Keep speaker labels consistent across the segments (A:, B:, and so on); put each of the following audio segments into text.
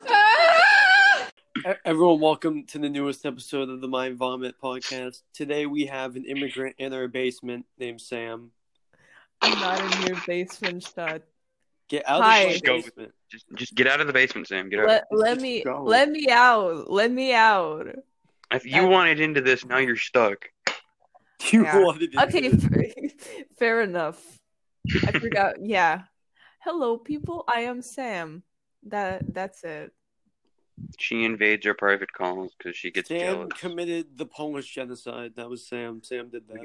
A: E-, Everyone, welcome to the newest episode of the Mind Vomit podcast. Today we have an immigrant in our basement named Sam.
B: I'm not in your basement, Stud.
A: Get out
B: Hi.
A: of the
C: Go.
A: basement.
C: Just, just get out of the basement, Sam. Get out.
B: Let, let
A: just
B: me
A: go.
B: let me out. Let me out.
C: if you wanted into this, now you're stuck.
A: You
B: Yeah.
A: wanted to
B: Okay,
A: do this.
B: fair, fair enough. I forgot. Yeah. Hello, people. I am Sam. That that's it.
C: She invades our private calls because she gets
A: Sam
C: jealous.
A: committed the Polish genocide. That was Sam. Sam did that.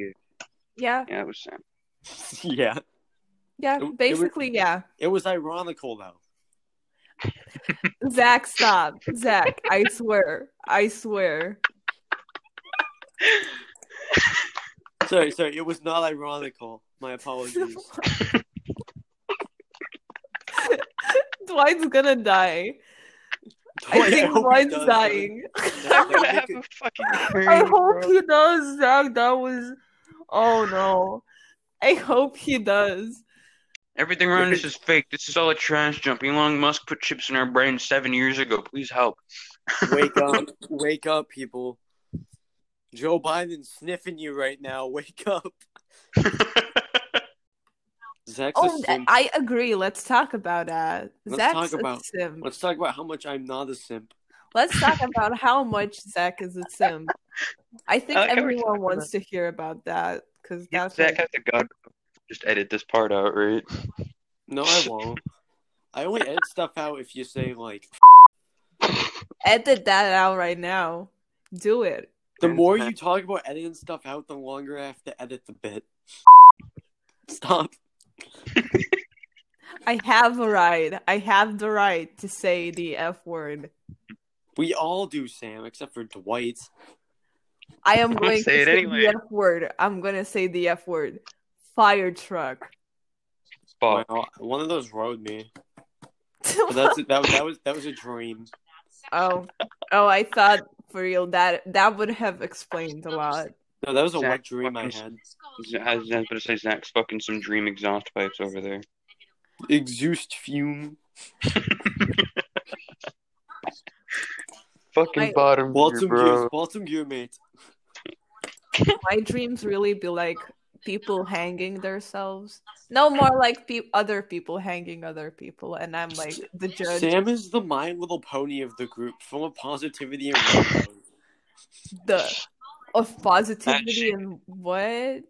B: Yeah.
C: yeah, it was Sam.
A: yeah.
B: Yeah.
A: It- it was-
B: Basically, yeah.
A: It was ironical though.
B: Zach, stop. Zach, I swear. I swear.
A: Sorry, sorry. It was not ironical. My apologies.
B: Dwight's gonna die. I
A: Dwight,
B: think
A: hope he
B: Dwight's
A: does, brother.
B: dying.
A: That- that
C: I'm gonna
A: would make
C: have a
A: it-
C: fucking.
B: I
C: brain,
B: hope
C: bro.
B: he does, Zach. That was. Oh no. I hope he does.
C: Everything around us is fake. This is all a trash dump. Elon Musk put chips in our brain seven years ago. Please help.
A: wake up, wake up, people. Joe Biden's sniffing you right now. Wake up. Zach's a
B: Oh,
A: simp.
B: I agree. Let's talk about that.
A: Let's
B: Zach's
A: talk about-
B: a sim.
A: Let's talk about how much I'm not a simp.
B: Let's talk about how much Zach is a sim. I think
C: I like how we're
B: everyone
C: talking
B: wants to hear about that because
C: You
B: that's
C: Zach
B: what-
C: has to God. Just edit this part out, right?
A: No, I won't. I only edit stuff out if you say like.
B: edit that out right now. Do it.
A: The more you talk about editing stuff out, the longer I have to edit the bit. Stop.
B: I have a right. I have the right to say the F word.
A: We all do, Sam, except for Dwight.
B: I am
C: Don't
B: going
C: say
B: to
C: it
B: say
C: anyway.
B: the F word. I'm going to say the F word. Fire truck.
C: Fuck.
A: Wow, one of those rode me. But that's that, that was that was a dream.
B: oh, oh, I thought for real that that would have explained a lot.
A: No, that was a
C: Zach,
A: wet dream I
C: fucking-
A: had.
C: Z- I was about to say Zach's fucking some dream exhaust pipes over there.
A: Exhaust fume.
C: Fucking
B: Wait.
C: bottom here,
A: Baltimore,
C: bro.
A: gear, Baltimore gear, mate.
B: My dreams really be like people hanging themselves. No more like pe- other people hanging other people, and I'm like the judge.
A: Sam is the My Little Pony of the group, full of positivity and rainbows.
B: the of positivity
C: shit.
B: and what?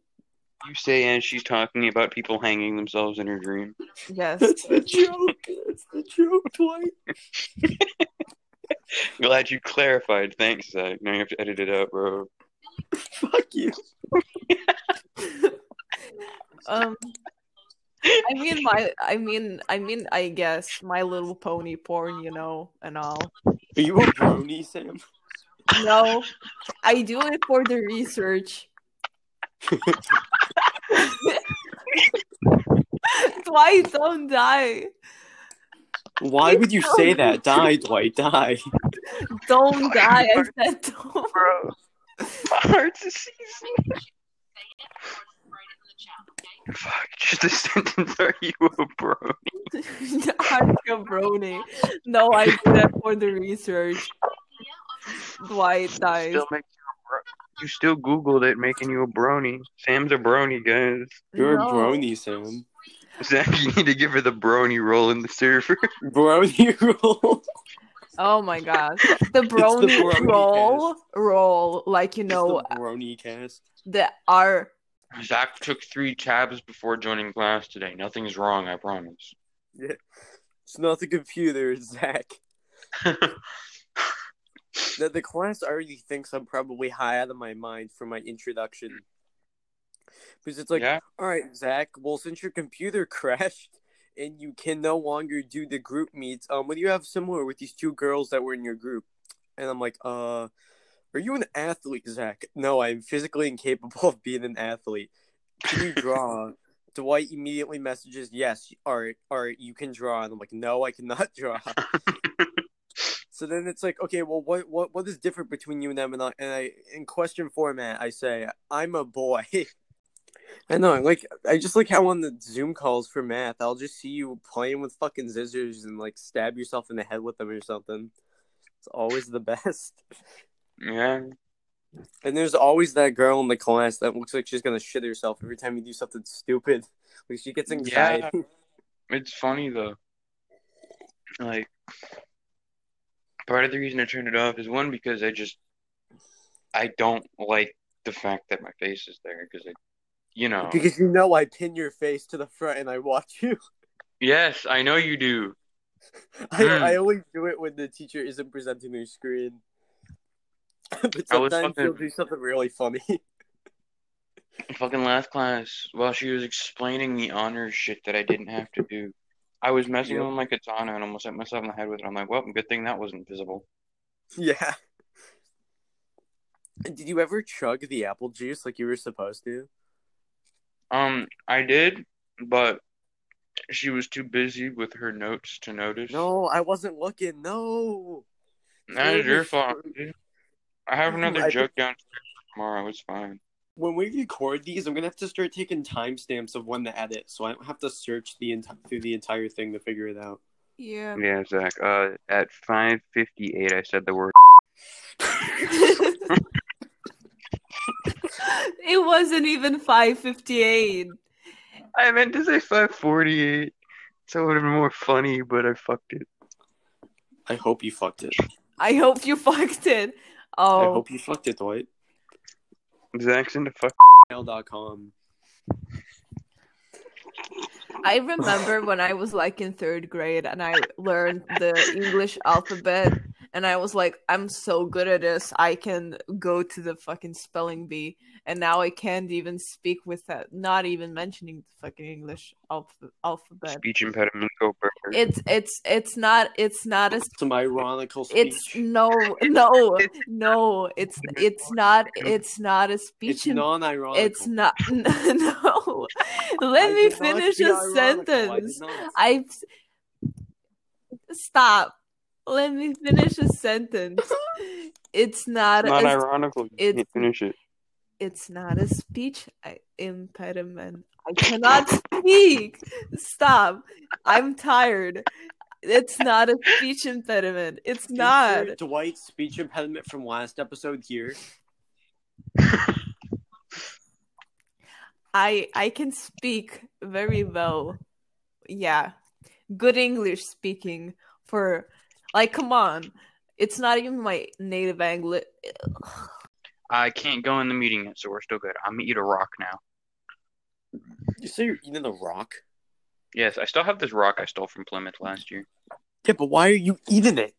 C: You say as she's talking about people hanging themselves in her dream.
B: Yes.
A: That's the joke. That's the joke, Dwight.
C: Glad you clarified. Thanks, Zach. Now you have to edit it out, bro.
A: Fuck you.
B: um I mean my I mean I mean I guess my little pony porn, you know, and all.
A: Are you a brony, Sam?
B: No, I do it for the research. Dwight, don't die.
A: Why would you say that? Die, Dwight, die.
B: Don't die. I said don't.
C: Bro. My heart's a season. Fuck, just a sentence. Are you a bro?
B: I'm a brony. No, I do that for the research. Dwight dies.
C: Still makes you a bro. You still Googled it, making you a brony. Sam's a brony, guys.
A: You're
B: No.
A: a brony, Sam.
C: Zach, you need to give her the brony roll in the server.
A: Brony rule.
B: Oh my god. The
A: the
B: brony
A: brony
B: roll roll like you know
A: It's the brony cast.
B: the R
C: Zach took three tabs before joining class today. Nothing's wrong, I promise.
A: It's not the computer, it's Zach. The, the class already thinks I'm probably high out of my mind for my introduction. Because it's like,
C: yeah,
A: all right, Zach, well, since your computer crashed and you can no longer do the group meets, um, what do you have similar with these two girls that were in your group? And I'm like, uh, are you an athlete, Zach? No, I'm physically incapable of being an athlete. Can you draw? Dwight immediately messages, yes, all right, all right, you can draw. And I'm like, no, I cannot draw. So then it's like, okay, well, what what what is different between you and them? And I, and I in question format, I say, I'm a boy. I know, like, I just like how on the Zoom calls for math, I'll just see you playing with fucking scissors and like stab yourself in the head with them or something. It's It's always the best.
C: Yeah.
A: And there's always that girl in the class that looks like she's gonna shit herself every time you do something stupid. Like she gets anxiety.
C: It's funny though. Like part of the reason I turned it off is one because I just I don't like the fact that my face is there because I you know
A: Because you know I pin your face to the front and I watch you.
C: yes I know you do
A: I,
C: Mm.
A: I only do it when the teacher isn't presenting their screen. but
C: I was
A: sometimes
C: fucking-
A: she'll do something really funny.
C: fucking last class while she was explaining the honors shit that I didn't have to do I was messing
A: Yep.
C: with my katana and almost hit myself in the head with it I'm like well good thing that wasn't visible
A: yeah. Did you ever chug the apple juice like you were supposed to?
C: um I did but she was too busy with her notes to notice
A: No, I wasn't looking. No.
C: that is your
A: Goodness.
C: fault dude. I have another
A: I-
C: joke downstairs tomorrow it's fine
A: When we record these, I'm gonna have to start taking timestamps of when to edit, so I don't have to search the enti- through the entire thing to figure it out.
B: Yeah.
C: Yeah, Zach. Uh, at five fifty-eight, I said the word.
B: it wasn't even 558.
C: I meant to say five forty-eight, so it would have been more funny. But I fucked it.
A: I hope you fucked it.
B: I hope you fucked it.
A: I
B: Oh,
A: hope you fucked it, Dwight.
C: Zach's into fuck.
A: Mail.com.
B: I remember when I was like in third grade and I learned the English alphabet and I was like, I'm so good at this. I can go to the fucking spelling bee. And now I can't even speak with that, not even mentioning the fucking English alph- alphabet.
C: Speech impediment. Go burger.
B: It's it's it's not it's not a
A: Some ironical speech.
B: it's no no no it's it's not it's not a
A: It's
B: speech impediment.
A: non-ironical.
B: it's not no let
A: I
B: me
A: did not
B: finish
A: be
B: a
A: ironical. I did
B: sentence
A: not.
B: i stop let me finish a sentence it's not
C: Not
B: a,
C: ironical. You can't
B: it's-
C: finish it.
B: it's not a speech i- impediment i cannot speak stop i'm tired it's not a speech impediment it's not
A: Insert Dwight's speech impediment from last episode here.
B: I I can speak very well. Yeah. Good English speaking for like come on. It's not even my native English.
C: I can't go in the meeting yet, so we're still good. I'm gonna eat a rock now.
A: You say you're eating a rock?
C: Yes, I still have this rock I stole from Plymouth last year
A: Yeah, but why are you eating it?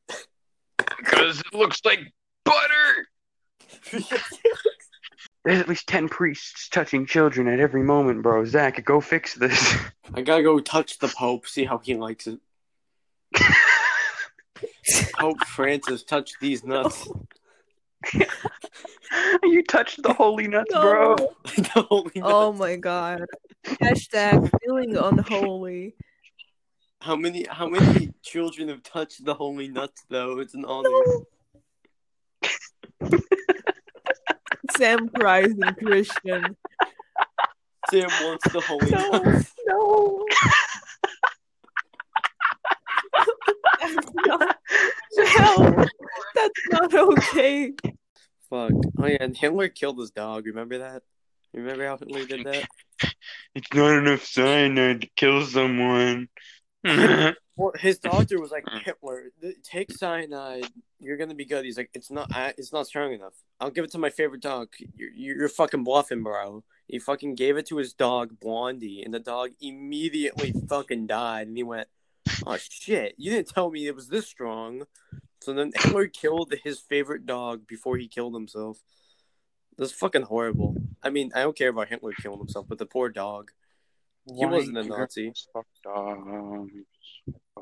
C: because it looks like butter. There's at least ten priests touching children at every moment, bro. Zach, go fix this.
A: I gotta go touch the Pope, see how he likes it. Pope Francis, touch these nuts.
C: you touched the holy nuts,
B: No.
C: bro.
A: The holy
B: Oh
A: nuts.
B: my god. Hashtag feeling unholy.
A: How many how many children have touched the holy nuts though? It's an honor.
B: Sam Price and Christian.
A: Sam wants the holy
B: No,
A: nuts.
B: no. That's not, no, that's not okay.
A: Fuck. Oh yeah, and Hitler killed his dog. Remember that? Remember how Hitler did that?
C: It's not enough cyanide to kill someone.
A: Well, his doctor was like, Hitler, th- take cyanide. You're gonna be good. He's like, it's not. I, it's not strong enough. I'll give it to my favorite dog. You're, you're fucking bluffing, bro. He fucking gave it to his dog Blondie, and the dog immediately fucking died. And he went, oh shit, you didn't tell me it was this strong. So then Hitler killed his favorite dog before he killed himself. That's fucking horrible. I mean, I don't care about Hitler killing himself, but the poor dog. He wasn't a Nazi.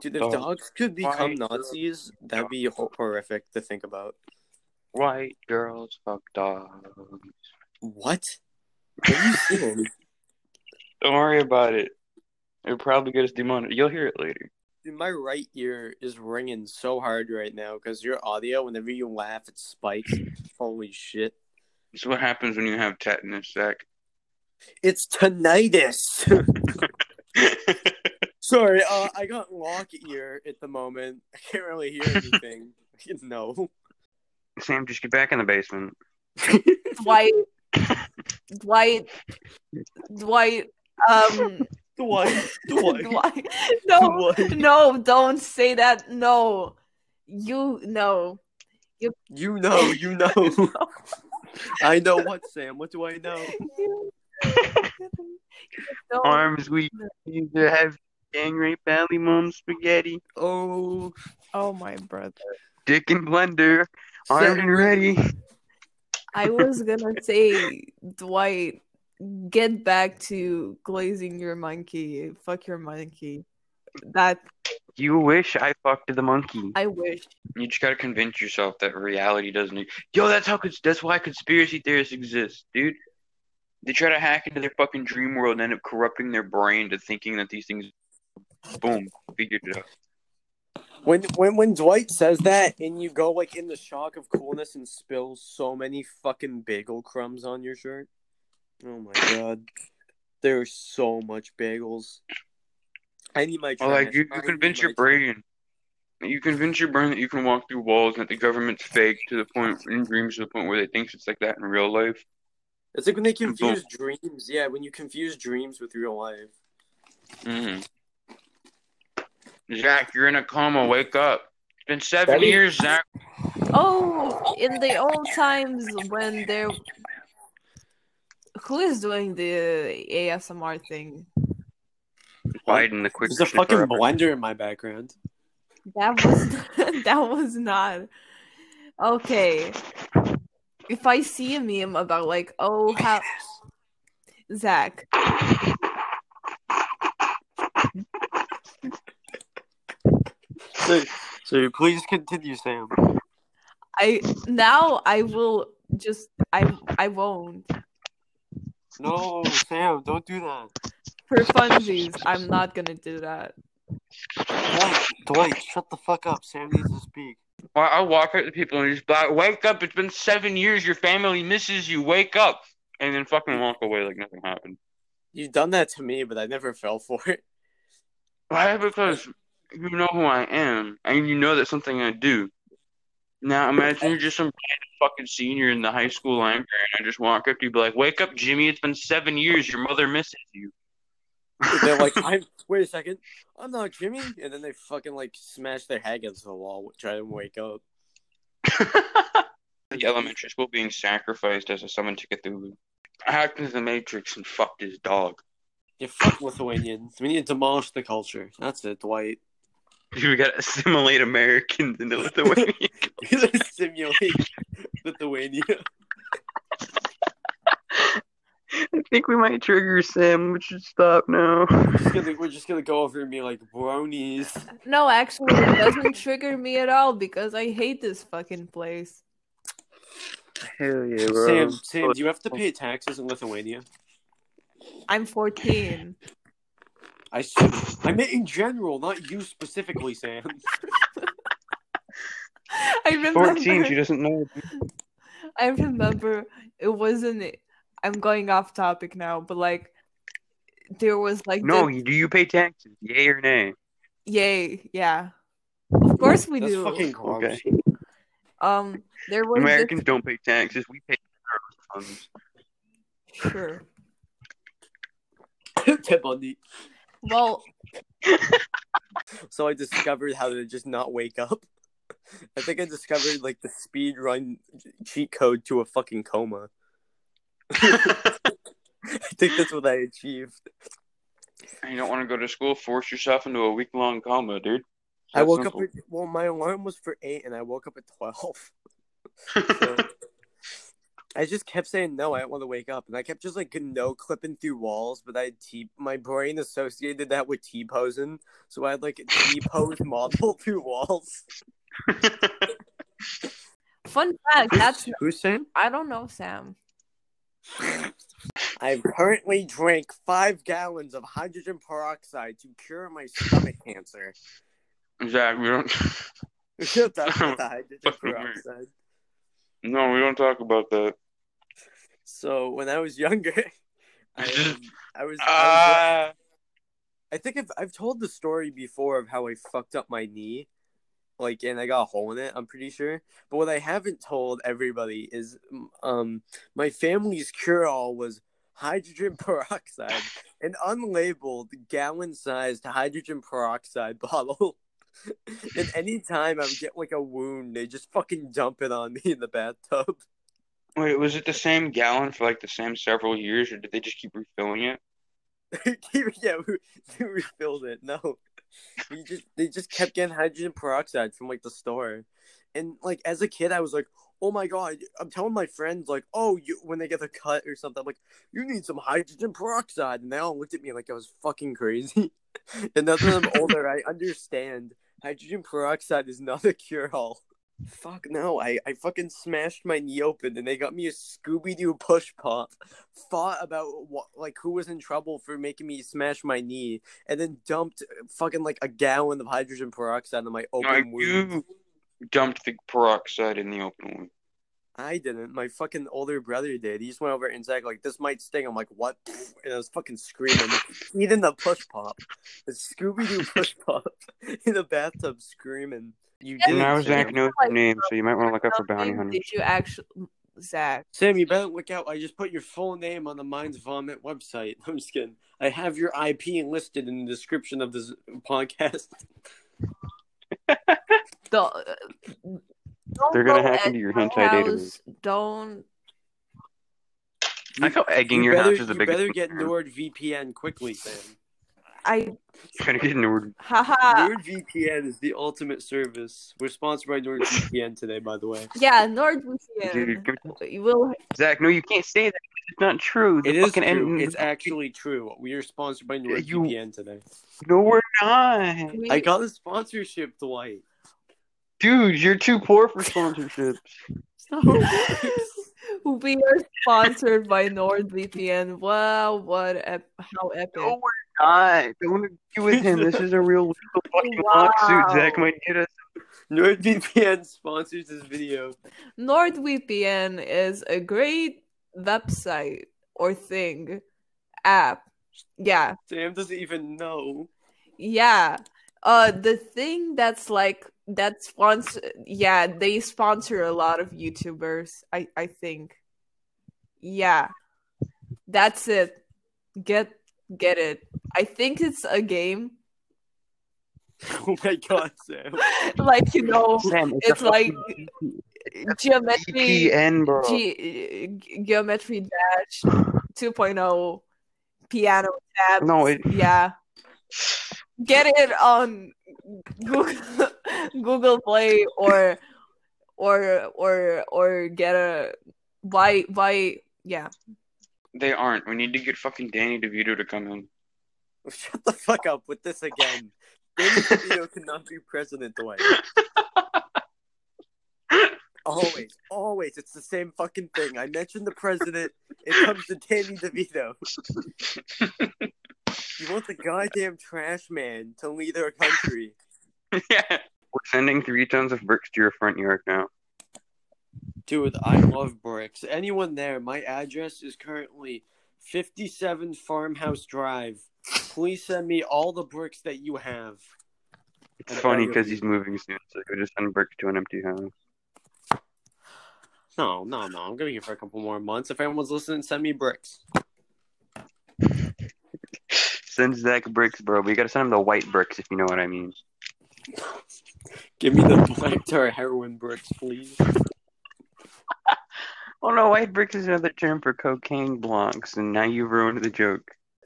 A: Dude, if dogs could become
C: Oh. Why-
A: Nazis, that'd be ho- horrific to think about.
C: White girls fuck dogs.
A: What? What are you saying?
C: Don't worry about it. It'll probably get us demonetized. You'll hear it later.
A: Dude, my right ear is ringing so hard right now because your audio, whenever you laugh, it spikes. Holy shit.
C: This is what happens when you have tetanus, Zach.
A: It's tinnitus. Sorry, uh, I got lock ear at the moment. I can't really hear anything. no.
C: Sam, just get back in the basement.
B: Dwight, Dwight, Dwight, um,
A: Dwight,
B: Dwight. No,
A: Dwight.
B: no, don't say that. No, you no.
A: You know, you know. I know what, Sam. What do I know?
B: No.
C: Arms weak. You have gang rape, alley mom, spaghetti,
A: Oh,
B: Oh my brother.
C: dick and blender, armed
A: Sam,
C: and ready.
B: I was gonna say, Dwight, get back to glazing your monkey. Fuck your monkey. That
C: You wish I fucked the monkey.
B: I wish.
C: You just gotta convince yourself that reality doesn't. e- Yo, that's how. cons- That's why conspiracy theorists exist, dude. They try to hack into their fucking dream world and end up corrupting their brain to thinking that these things. Boom, figured it out.
A: when when when Dwight says that, and you go like in the shock of coolness and spill so many fucking bagel crumbs on your shirt. Oh my god, there's so much bagels. I need my.
C: Well, like
A: trash.
C: you,
A: I
C: you
A: need
C: convince
A: my
C: your brain, you convince your brain that you can walk through walls and that the government's fake to the point in dreams to the point where they think it's like that in real life.
A: It's like when they confuse dreams. Yeah, when you confuse dreams with real life.
C: hmm Zach, you're in a coma. Wake up. It's been seven
A: That is-
C: years, Zach.
B: Oh, in the old times when there. Who is doing the ASMR thing?
C: Biden, the quick.
A: There's a fucking blender in my background.
B: That was that was not okay. If I see a meme about like, oh how Zach,
A: So, so please continue, Sam.
B: I now I will just I I won't
A: No, Sam, don't do that.
B: for funsies. I'm not gonna do that.
A: Dwight, Dwight, shut the fuck up. Sam needs to speak.
C: Well, I'll walk up to people and just be like, wake up. It's been seven years. Your family misses you. Wake up. And then fucking walk away like nothing happened.
A: You've done that to me, but I never fell for it.
C: Why? Because you know who I am and you know that's something I do. Now imagine you're just some random fucking senior in the high school library and I just walk up to you and be like, wake up, Jimmy. It's been seven years. Your mother misses you.
A: They're like, I'm. Wait a second, I'm not Jimmy. And then they fucking like smash their head against the wall, try to wake up.
C: the elementary school being sacrificed as a summon to Cthulhu. Hacked into the Matrix and fucked his dog.
A: You fuck Lithuanians. We need to demolish the culture. That's it, Dwight.
C: We gotta assimilate Americans into Lithuania.
A: Simulate Lithuania.
C: I think we might trigger Sam. We should stop now.
A: Just gonna- we're just gonna go over and be like bronies.
B: No, actually, it doesn't trigger me at all because I hate this fucking place.
C: Hell yeah,
A: Sam, Sam, do you have to pay taxes in Lithuania?
B: I'm 14.
A: I should. I meant in general, not you specifically, Sam.
B: I remember.
C: 14, Oh, she doesn't know.
B: I remember it wasn't. I'm going off topic now, but like, there was like
C: No,
B: the,
C: do you pay taxes? Yay or nay?
B: yay, yeah. Of course we
A: That's
B: do.
A: fucking gross.
C: Okay.
B: Um, there was
C: Americans don't pay taxes. We pay our funds.
B: this, sure.
A: Ted Bundy.
B: Well,
A: So I discovered how to just not wake up. I think I discovered like the speed run cheat code to a fucking coma. I think that's what I achieved.
C: And you don't want to go to school? Force yourself into a week long coma, dude.
A: I woke up. At, well, my alarm was for eight, and I woke up at twelve. So I just kept saying no. I don't want to wake up, and I kept just like no clipping through walls. But I t my brain associated that with t posing, so I had like t pose model through walls.
B: fun fact. That's
A: who's saying?
B: I don't know, Sam.
A: I've currently drank five gallons of hydrogen peroxide to cure my stomach cancer.
C: Zach, we don't.
A: That's not the hydrogen
C: Fucking weird.
A: peroxide.
C: No, we don't talk about that.
A: So when I was younger, I, um, I was. I, was
C: Ah,
A: I think I've, I've told the story before of how I fucked up my knee. like and I got a hole in it. I'm pretty sure. But what I haven't told everybody is, um, my family's cure all was hydrogen peroxide, an unlabeled gallon-sized hydrogen peroxide bottle. and anytime I would get like a wound, they just fucking dump it on me in the bathtub.
C: Wait, was it the same gallon for like the same several years, or did they just keep refilling it?
A: yeah, we, we refilled it. No, we just they just kept getting hydrogen peroxide from like the store, and like as a kid, I was like, oh my god, I'm telling my friends like, oh, you when they get the cut or something, I'm like, you need some hydrogen peroxide, and they all looked at me like I was fucking crazy. and now that I'm older, I understand hydrogen peroxide is not a cure all. Fuck no, I, I fucking smashed my knee open and they got me a Scooby Doo push pop. Thought about what, like who was in trouble for making me smash my knee and then dumped fucking like a gallon of hydrogen peroxide on my open
C: Like,
A: wound.
C: you dumped the peroxide in the open wound.
A: I didn't. My fucking older brother did. He just went over and said, like, this might sting. I'm like, what? And I was fucking screaming, eating the push pop, the Scooby Doo push pop in the bathtub, screaming. You
B: Yeah,
A: didn't.
C: And now Zach
A: Sam.
C: knows your name, so you might want to look up for Bounty
B: Something
C: Hunter.
B: Um, Did you actually, Zach?
A: Sam, you better look out. I just put your full name on the Minds Vomit website. I'm just kidding. I have your IP listed in the description of this podcast.
B: Don't, uh, don't
C: They're gonna
B: go
C: hack
B: at
C: into your
B: my
C: hentai database.
B: house. Don't.
C: I thought egging
A: you
C: your
A: better,
C: house is the
A: you
C: biggest.
A: better get
C: concern.
A: NordVPN quickly, Sam.
B: I
C: You better get Nord.
B: haha.
A: NordVPN is the ultimate service. We're sponsored by NordVPN today, by the way.
B: Yeah,
C: Dude,
B: NordVPN.
C: give-
B: You will.
C: Zach, no, you can't say that. It's not true. The
A: It is
C: fucking
A: true.
C: end-
A: It's actually true. We are sponsored by
C: Yeah, you-
A: NordVPN today.
C: No, we're not.
B: we-
A: I got a sponsorship, Dwight.
C: Dude, you're too poor for sponsorships.
A: Stop.
B: we are sponsored by NordVPN. Wow, what? Ep- how epic!
C: No, we're not. Don't agree with him. This is a real legal fucking
B: Wow.
C: lawsuit. Zach might get us.
A: NordVPN sponsors this video.
B: NordVPN is a great website or thing, app. Yeah,
A: Sam doesn't even know.
B: yeah. Uh, the thing that's like that sponsor. Yeah, they sponsor a lot of YouTubers. I I think. Yeah, that's it. Get get it. I think it's a game.
A: Oh my god, Sam.
B: like you know,
C: Sam,
B: it's
C: a E
B: like geometry
C: VPN, E bro.
B: G- geometry dash 2.0 piano tab
C: No, it,
B: yeah get it on google, google play or or or or get a why why yeah
C: they aren't. We need to get fucking Danny DeVito to come in.
A: Shut the fuck up with this again. Danny DeVito cannot be president, Dwight. Always, always, it's the same fucking thing. I mentioned the president, it comes to Danny DeVito. You want the goddamn trash man to lead our country.
C: yeah. We're sending three tons of bricks to your front yard now.
A: Dude, I love bricks. Anyone there, my address is currently 57 Farmhouse Drive. Please send me all the bricks that you have.
C: It's
A: I
C: funny
A: love
C: because
A: you.
C: he's moving soon, so he'll just send bricks to an empty house.
A: No, no, no. I'm going to be here for a couple more months. If anyone's listening, send me bricks.
C: Send Zach bricks, bro. We gotta send him the white bricks if you know what I mean.
A: Give me the black tar heroin bricks, please.
C: Oh no, white bricks is another term for cocaine blocks, and now you've ruined the joke.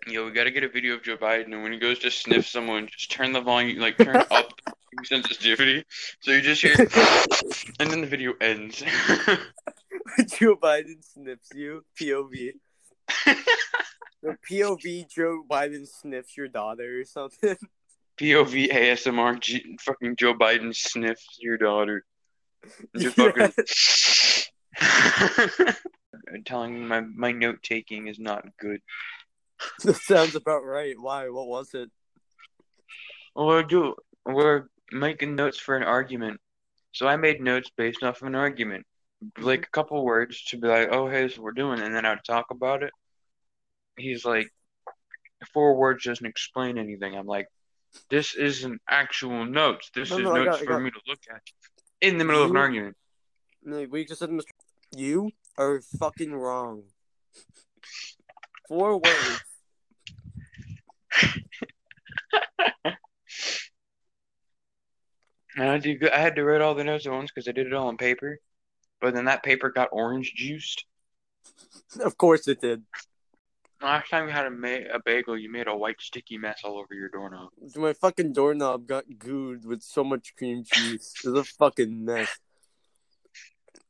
C: Yo, we gotta get a video of Joe Biden, and when he goes to sniff someone, just turn the volume, like turn up the sensitivity, so you just hear, and then the video ends.
A: Joe Biden sniffs you. POV. The POV Joe Biden sniffs your daughter or something.
C: POV ASMR, G- fucking Joe Biden sniffs your daughter. Just
A: Yeah.
C: fucking. I'm telling you, my my note taking is not good.
A: that sounds about right. Why? What was it?
C: We're do we're making notes for an argument. So I made notes based off of an argument,
A: Mm-hmm.
C: like a couple words to be like, oh hey, this is what we're doing, and then I'd talk about it. He's like, four words doesn't explain anything. I'm like, This isn't actual notes. This
A: No,
C: is
A: no, I got-
C: notes
A: I
C: for
A: got- Mm-hmm.
C: me to look at in the middle of an
A: You-
C: argument.
A: No, we just said, Mr. You are fucking wrong. Four words.
C: And I did. good- I had to write all the notes at once because I did it all on paper. But then that paper got orange juiced.
A: of course it did.
C: Last time you had a, ma- a bagel, you made a white sticky mess all over your doorknob.
A: My fucking doorknob got gooed with so much cream cheese. It was a fucking mess.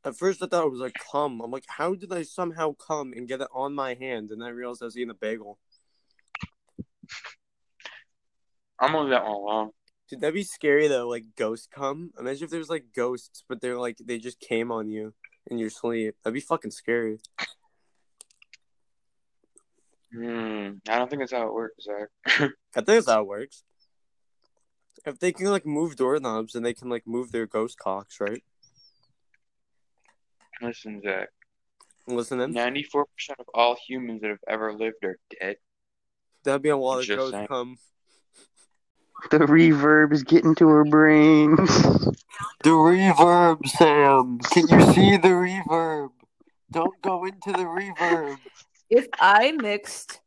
A: At first, I thought it was like cum. I'm like, how did I somehow cum and get it on my hand? And I realized I was eating a bagel.
C: I'm gonna leave that one alone.
A: Dude, that'd be scary though. Like ghost cum. Imagine if there's like ghosts, but they're like they just came on you in your sleep. That'd be fucking scary.
C: Hmm. I don't think that's how it works, Zach.
A: I think that's how it works. If they can like move doorknobs and they can like move their ghost cocks, right?
C: Listen, Zach.
A: Listen, then
C: Ninety-four percent of all humans that have ever lived are dead.
A: that'd be a lot of
C: Just
A: ghost
C: saying.
A: cum.
C: The reverb is getting to her brains.
A: The reverb, Sam. Can you see the reverb? Don't go into the reverb.
B: If I mixed,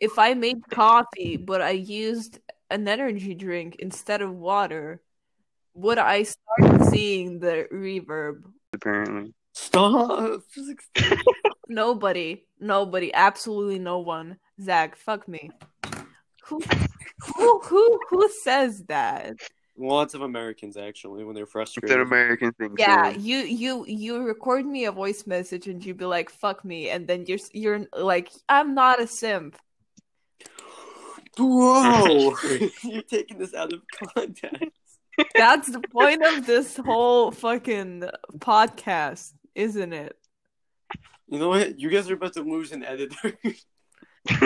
B: if I made coffee, but I used an energy drink instead of water, would I start seeing the reverb?
C: Apparently.
A: Stop.
B: Nobody, nobody, absolutely no one. Zach, fuck me. Who, who, who, who says that?
A: Lots of Americans actually when they're
C: It's an
A: frustrated.
C: American thing.
B: Yeah,
C: Sam.
B: you, you, you record me a voice message and you be like, "Fuck me," and then you're, you're like, "I'm not a simp."
A: Whoa! You're taking this out of context.
B: That's the point of this whole fucking podcast, isn't it?
A: You know what? You guys are about to lose an editor.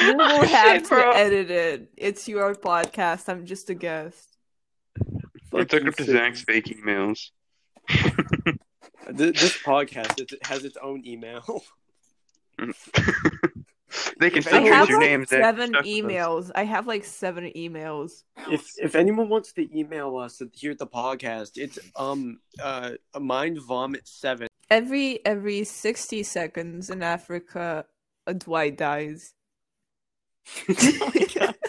B: You will
C: Shit,
B: have to
C: bro.
B: edit it. It's your podcast. I'm just a guest.
C: I
A: Fuck
C: took
A: you,
C: up to
A: Sam.
C: Zach's fake emails.
A: Th- This podcast it has its own email.
C: They can
A: If anyone-
C: still
B: I
C: trace
B: have
C: your
B: like
C: name, Zach.
B: seven
C: Suck those.
B: emails. I have like seven emails.
A: If if anyone wants to email us here at the podcast, it's um uh mind vomit seven.
B: Every every sixty seconds in Africa, a Dwight dies.
A: oh my god!